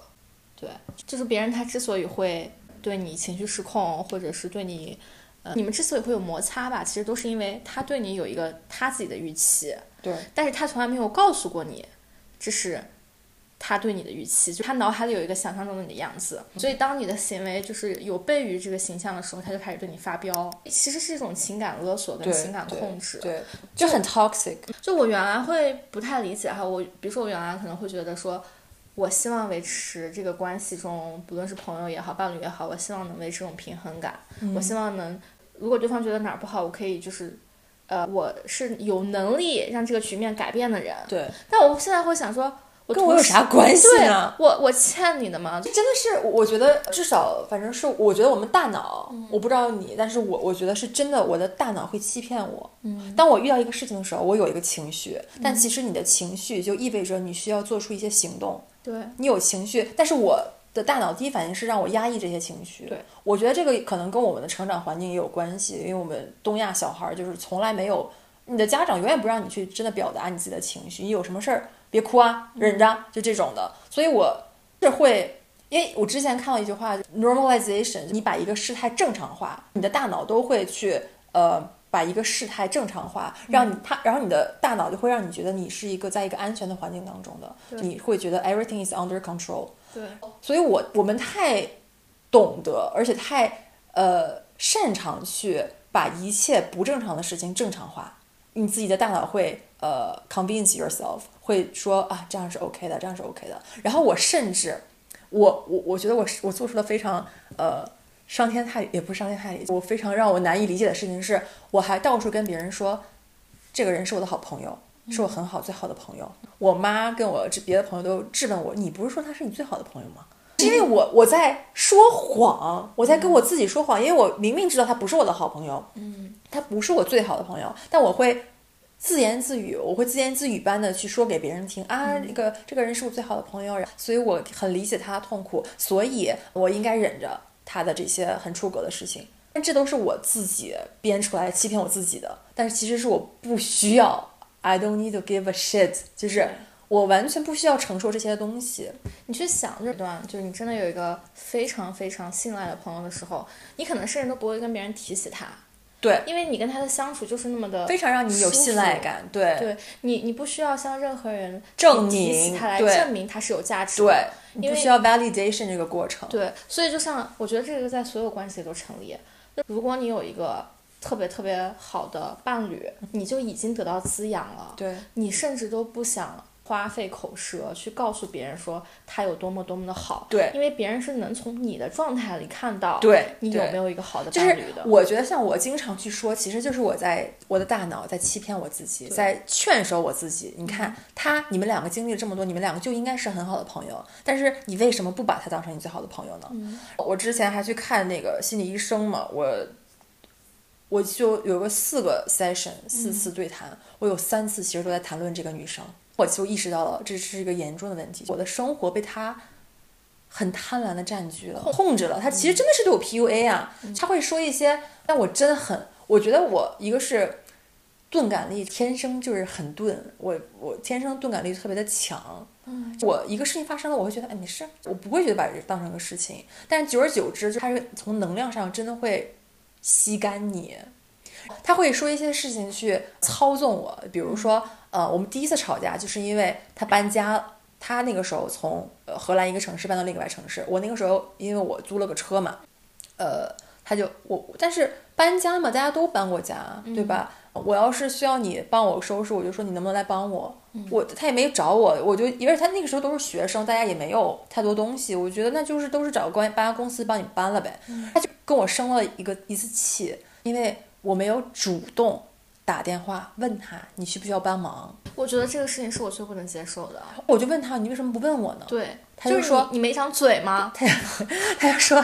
对，就是别人他之所以会对你情绪失控，或者是对你，呃，你们之所以会有摩擦吧，其实都是因为他对你有一个他自己的预期，
对，
但是他从来没有告诉过你，这是他对你的预期，就他脑海里有一个想象中的你的样子，所以当你的行为就是有悖于这个形象的时候，他就开始对你发飙，其实是一种情感勒索跟
对
情感控制。
对，就很 toxic。
就我原来会不太理解哈，我比如说我原来可能会觉得说，我希望维持这个关系中，不论是朋友也好，伴侣也好，我希望能维持这种平衡感，
嗯
我希望能，如果对方觉得哪儿不好，我可以就是。呃，我是有能力让这个局面改变的人，
对，
但我现在会想说，我
跟我有
同时
啥关系呢？
对我我欠你的吗？
真的是，我觉得至少反正是，我觉得我们大脑，我不知道你，但是我我觉得是真的，我的大脑会欺骗我。嗯，当我遇到一个事情的时候，我有一个情绪，但其实你的情绪就意味着你需要做出一些行动。
对
你有情绪，但是我的大脑第一反应是让我压抑这些情绪。
对，
我觉得这个可能跟我们的成长环境也有关系，因为我们东亚小孩儿就是从来没有，你的家长永远不让你去真的表达你自己的情绪，你有什么事儿别哭啊，忍着，就这种的。所以我是会。因为我之前看到一句话就，normalization，你把一个事态正常化，你的大脑都会去呃把一个事态正常化，让你它，然后你的大脑就会让你觉得你是一个在一个安全的环境当中的，你会觉得 everything is under control。
对，
所以我我们太懂得，而且太呃擅长去把一切不正常的事情正常化，你自己的大脑会呃 convince yourself，会说啊这样是 OK 的，这样是 OK 的。然后我甚至我我我觉得我是我做出了非常呃伤天害理，也不是伤天害理，我非常让我难以理解的事情是，我还到处跟别人说这个人是我的好朋友，是我很好最好的朋友。我妈跟我这别的朋友都质问我，你不是说他是你最好的朋友吗？是因为我我在说谎，我在跟我自己说谎，因为我明明知道他不是我的好朋友，嗯，他不是我最好的朋友，但我会自言自语，我会自言自语般的去说给别人听啊，这个这个人是我最好的朋友，然后所以我很理解他的痛苦，所以我应该忍着他的这些很出格的事情。但这都是我自己编出来欺骗我自己的，但是其实是我不需要，I don't need to give a shit，就是我完全不需要承受这些东西。
你去想这段，就是你真的有一个非常非常信赖的朋友的时候，你可能甚至都不会跟别人提起他，
对，
因为你跟他的相处就是那么的
非常让你有
舒
信赖
服。
感，对
对你，你不需要向任何人
证
提起
明
他来
对
证明他是有价值的。
对，你
因
不
为
需要 validation 这个过程，
对，所以就像我觉得这个在所有关系里都成立。就如果你有一个特别特别好的伴侣，你就已经得到滋养了。
对
你甚至都不想花费口舌去告诉别人说他有多么多么的好。
对
因为别人是能从你的状态里看到
对
你有
对
没有一个好的
就
伴
是
侣的。
我觉得像我经常去说，其实就是我在我的大脑在欺骗我自己，在劝说我自己。你
嗯
看他，你们两个经历了这么多，你们两个就应该是很好的朋友，但是你为什么不把他当成你最好的朋友呢？
嗯
我之前还去看那个心理医生嘛，我我就有个四个 session 四
嗯
次对谈，我有三次其实都在谈论这个女生，我就意识到了这是一个严重的问题，我的生活被她很贪婪的占据了，控制了。嗯她其实真的是对我 PUA 啊，她会说一些让我真的很，我觉得我一个是。钝感力天生就是很钝，我我天生钝感力特别的强。嗯，我一个事情发生了，我会觉得哎没事，我不会觉得把这当成个事情。但久而久之，就它是从能量上真的会吸干你。他会说一些事情去操纵我，比如说，呃，我们第一次吵架就是因为他搬家了，他那个时候从呃荷兰一个城市搬到另外一个城市，我那个时候因为我租了个车嘛，呃，他就我，但是搬家嘛，大家都搬过家，对吧？我要是需要你帮我收拾，我就说你能不能来帮我？我他也没找我，我就因为他那个时候都是学生，大家也没有太多东西，我觉得那就是都是找个搬家公司帮你搬了呗。他就跟我生了一个一次气，因为我没有主动打电话问他你需不需要帮忙，
我觉得这个事情是我最不能接受的。
我就问他你为什么不问我呢？
对，
他
就
就是说
你你没张嘴吗？
他就说，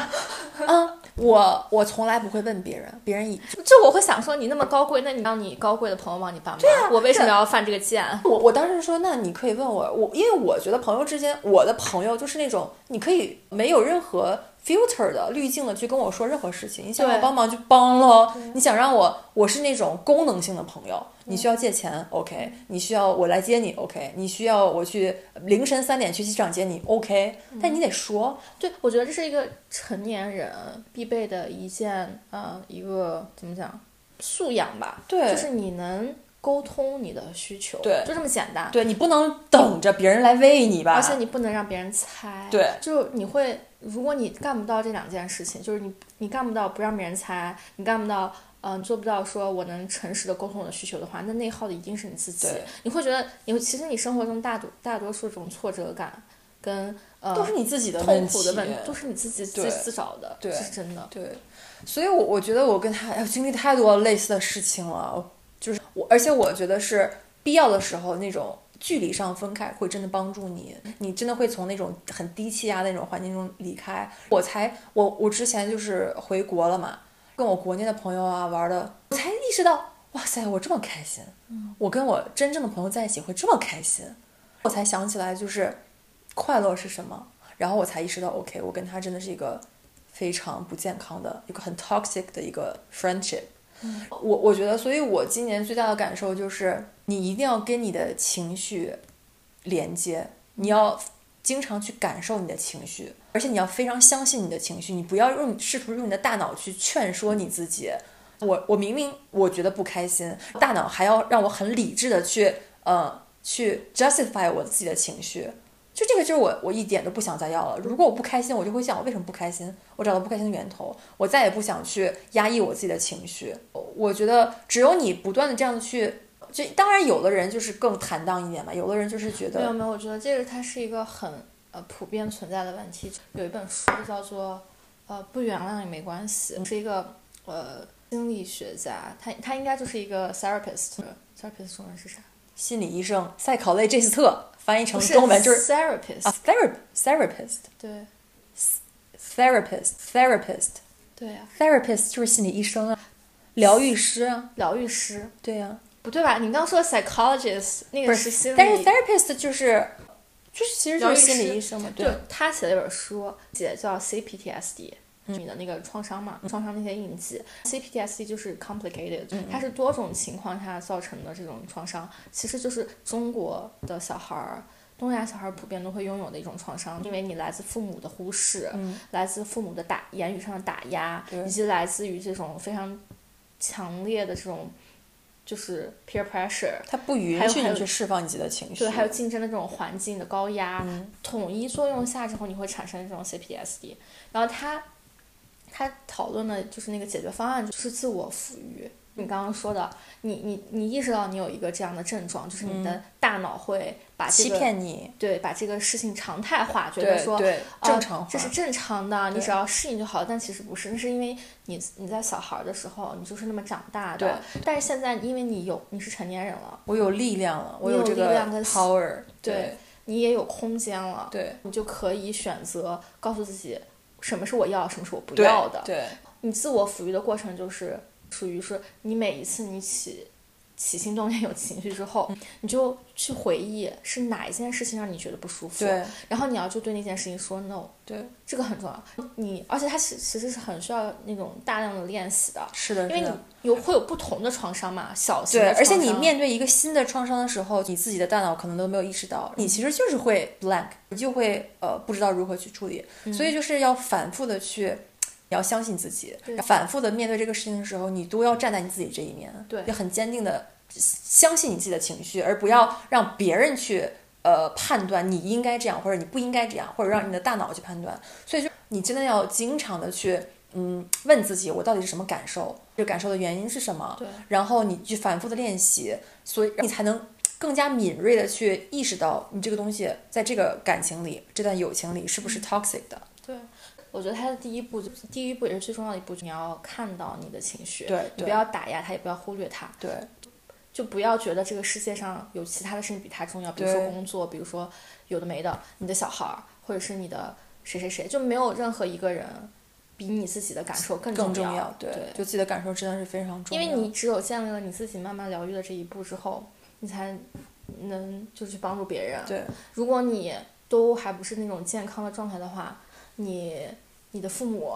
嗯，我我从来不会问别人，别人已
就我会想说你那么高贵，那你让你高贵的朋友帮你帮忙，
啊
我为什么要犯这个贱？
我我当时说，那你可以问我，我因为我觉得朋友之间，我的朋友就是那种你可以没有任何 filter 的滤镜的去跟我说任何事情，你想让我
对
帮忙就帮喽，你想让我，我是那种功能性的朋友，你需要借钱，OK，你需要我来接你，OK，你需要我去凌晨三点去机场接你，OK，但你得说，
对，我觉得这是一个成年人必备的一件呃一个怎么讲素养吧，
对
就是你能沟通你的需求，
对
就这么简单。
对你不能等着别人来喂你吧，
而且你不能让别人猜，
对
就是你会，如果你干不到这两件事情，就是你你干不到不让别人猜，你干不到，嗯、你做不到说我能诚实的沟通我的需求的话，那内耗的一定是你自己
对。
你会觉得，你会其实你生活中大多大多数这种挫折感跟呃
都是你自己的
痛
问
苦
题，
的问题，都是你自己自
对
自找的，
对
是真的。
对，所以我，我觉得我跟他哎呦经历太多类似的事情了，就是我，而且我觉得是必要的时候那种距离上分开会真的帮助你，你真的会从那种很低气压的那种环境中离开。我才我我之前就是回国了嘛，跟我国内的朋友啊玩的，我才意识到，哇塞，我这么开心，我跟我真正的朋友在一起会这么开心，我才想起来就是快乐是什么，然后我才意识到，OK，我跟他真的是一个非常不健康的一个很 toxic 的一个 friendship。我我觉得，所以我今年最大的感受就是，你一定要跟你的情绪连接，你要经常去感受你的情绪，而且你要非常相信你的情绪，你不要用试图用你的大脑去劝说你自己。我我明明我觉得不开心，
嗯
大脑还要让我很理智的去呃去 justify 我自己的情绪，就这个就是我我一点都不想再要了。如果我不开心，我就会想我为什么不开心，我找到不开心的源头，我再也不想去压抑我自己的情绪。我觉得只有你不断的这样去，就当然有的人就是更坦荡一点嘛，有的人就是觉
没有
得
没有，我觉得这个它是一个很呃普遍存在的问题。有一本书叫做呃不原谅也没关系，是一个呃心理学家，他他应该就是一个 therapist。therapist 中文是啥？
心理医生赛考类这斯特翻译成
不是
中文就是
therapist、
啊 therapy therapist
对
therapist therapist
对啊呀、
therapist 就是心理医生啊，疗愈师啊，
疗愈师
对呀、
不对吧？你刚说 psychologist 那
不
个是心理，
但是 therapist 就是就是其实就是心理医生嘛，
就他写了一本书，写叫 CPTSD，、你的那个创伤嘛，
嗯
创伤那些印记。CPTSD 就是 complicated，、它是多种情况下造成的这种创伤，其实就是中国的小孩儿。东亚小孩儿普遍都会拥有的一种创伤，因为你来自父母的忽视，来自父母的打言语上的打压，
嗯对
以及来自于这种非常强烈的这种就是 peer pressure，
它不允
还有
许
还
你
有
去释放你自己的情绪，
对，还有竞争的这种环境的高压，
嗯
统一作用下之后，你会产生这种 CPSD。然后他他讨论的就是那个解决方案，就是自我抚育。你刚刚说的，你你你意识到你有一个这样的症状，就是你的大脑会把这
嗯欺
个、
骗你，
对把这个事情常态化，觉得
对
说
对，
啊
正常化，
这是正常的，你
对
只要适应就好。但其实不是，那是因为你你在小孩儿的时候，你就是那么长大的。但是现在，因为你有你是成年人了，
我有力量了，我
你有
这
力
个
量跟
power，
对你也有空间了，
对
你就可以选择告诉自己什么是我要，什么是我不
对，
要的。
对
你自我抚育的过程就是属于是你每一次你起起心动念有情绪之后，
嗯
你就去回忆是哪一件事情让你觉得不舒服，
对
然后你要就对那件事情说 no。
对，
这个很重要，你而且它其其实是很需要那种大量的练习的，
是的，
因为
是
你
的。
有会有不同的创伤嘛，小型
对，
的
而且
创
你
伤
面对一个新的创伤的时候，你自己的大脑可能都没有意识到，你其实就是会 blank，你就会呃不知道如何去处理，所
嗯
以就是要反复的去，你要相信自己
对，
反复的面对这个事情的时候，你都要站在你自己这一面，
对
要很坚定的相信你自己的情绪，而不要让别人去呃判断你应该这样或者你不应该这样，或者让你的大脑去判断，所以就你真的要经常的去。嗯，问自己我到底是什么感受？这个感受的原因是什么？
对
然后你去反复的练习，所以你才能更加敏锐的去意识到你这个东西在这个感情里、这段友情里是
嗯
不是 toxic 的。
对，我觉得他的第一步就是，第一步也是最重要的一步，你要看到你的情绪，
对
你
对
不要打压它，也不要忽略它，
对
就不要觉得这个世界上有其他的事情比它重要，比如说
对
工作，比如说有的没的，你的小孩儿，或者是你的谁谁谁，就没有任何一个人比你自己的感受更
更
重
重要，
对，
就自己的感受真的是非常重
因
要。
为你只有建立了你自己慢慢疗愈的这一步之后，你才能就去帮助别人，
对
如果你都还不是那种健康的状态的话，你你的父母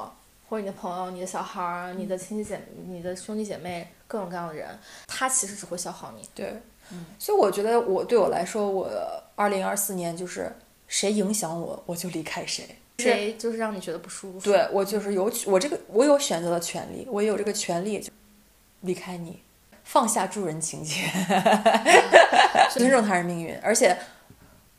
或者你的朋友、你的小孩儿、
嗯
你的亲戚姐、你的兄弟姐妹，各种各样的人，他其实只会消耗你。
对，
嗯
所以我觉得我对我来说，我二零二四年就是谁影响我，我就离开谁。
谁就是让你觉得不舒服？
对我就是有我这个我有选择的权利，我也有这个权利就离开你，放下助人情节， 尊重他人命运，而且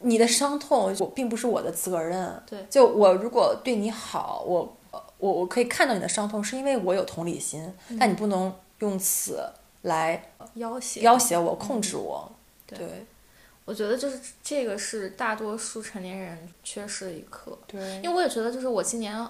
你的伤痛我并不是我的责任。
对
就我如果对你好，我呃我我可以看到你的伤痛，是因为我有同理心，但你不能用此来
要挟
要挟我、控制我。
对
对
我觉得就是这个是大多数成年人缺失的一课，
对
因为我也觉得就是我今年。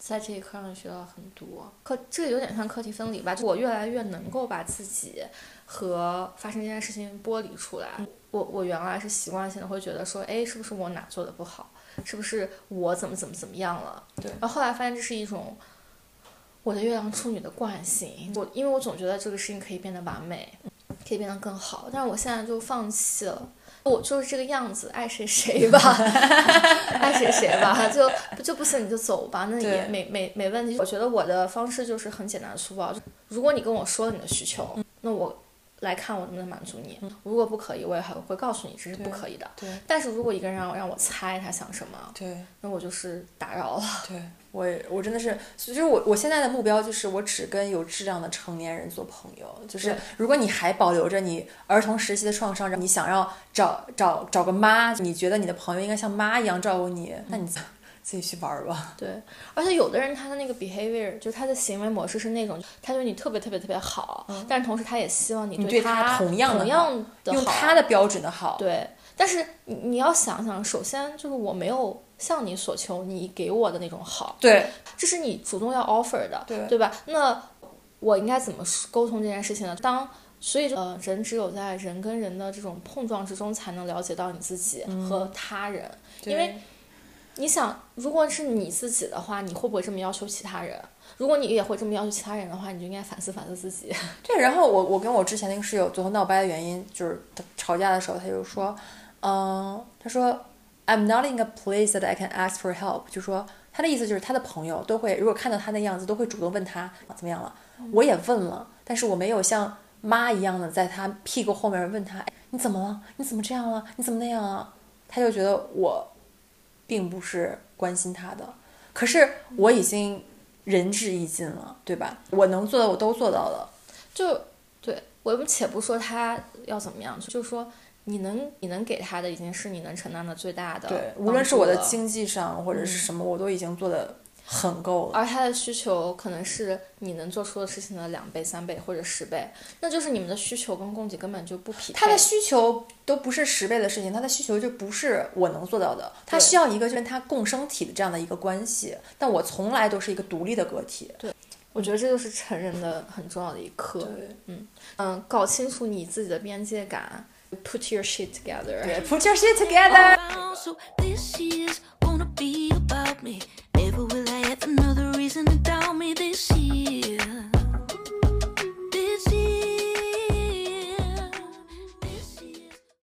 在这一课上学到很多，课这个有点像课题分离吧。就我越来越能够把自己和发生这件事情剥离出来。我我原来是习惯性的会觉得说，哎，是不是我哪做的不好？是不是我怎么怎么怎么样了？
对
然后后来发现这是一种我的月亮处女的惯性。我因为我总觉得这个事情可以变得完美，可以变得更好，但是我现在就放弃了。我就是这个样子，爱谁谁吧， 爱谁谁吧，就就不行你就走吧，那也
对
没没没问题。我觉得我的方式就是很简单粗暴，就如果你跟我说了你的需求，
嗯
那我来看我能不能满足你。如果不可以，我也还会告诉你这是不
对
可以的。
对
但是如果一个人让让我猜他想什么，
对。
那我就是打扰了。
对我也，我真的是，所以就是我我现在的目标就是，我只跟有质量的成年人做朋友。就是
对
如果你还保留着你儿童时期的创伤，你想要找找找个妈，你觉得你的朋友应该像妈一样照顾你，那你
嗯
自自己去玩儿吧。
对，而且有的人他的那个 behavior 就是他的行为模式是那种，他对你特别特别特别好，但是同时他也希望你
嗯你对
他
他同样的好
同样的
用
好
他的标准的好，
对。但是你你要想想，首先就是我没有向你所求，你给我的那种好，
对
这是你主动要 offer 的，
对
吧？那我应该怎么沟通这件事情呢？当所以就呃，人只有在人跟人的这种碰撞之中，才能了解到你自己
嗯
和他人。因为你想，如果是你自己的话，你会不会这么要求其他人？如果你也会这么要求其他人的话，你就应该反思反思自己。
对，然后我我跟我之前那个室友最后闹掰的原因，就是他吵架的时候，他就说，嗯，他说 I'm not in a place that I can ask for help，就说他的意思就是他的朋友都会，如果看到他那样子，都会主动问他怎么样了。我也问了，但是我没有像妈一样的在他屁股后面问他，哎，你怎么了？你怎么这样了？你怎么那样啊？他就觉得我并不是关心他的，可是我已经仁至义尽了，对吧？我能做的我都做到了。
就对我们且不说他要怎么样，就说你能你能给他的已经是你能承担的最大呃的帮助了，嗯
对，无论是我的经济上或者是什么，我都已经做的很够了。
而他的需求可能是你能做出的事情的两倍、三倍或者十倍，那就是你们的需求跟供给根本就不匹配。
他的需求都不是十倍的事情，他的需求就不是我能做到的，他
对
需要一个就跟他共生体的这样的一个关系。但我从来都是一个独立的个体。
我觉得这就是成人的很重要的一课。嗯，搞清楚你自己的边界感，put your shit together。
对，Put your shit together。
around, so this year's gonna be about me. Never will I have another reason to doubt me this year.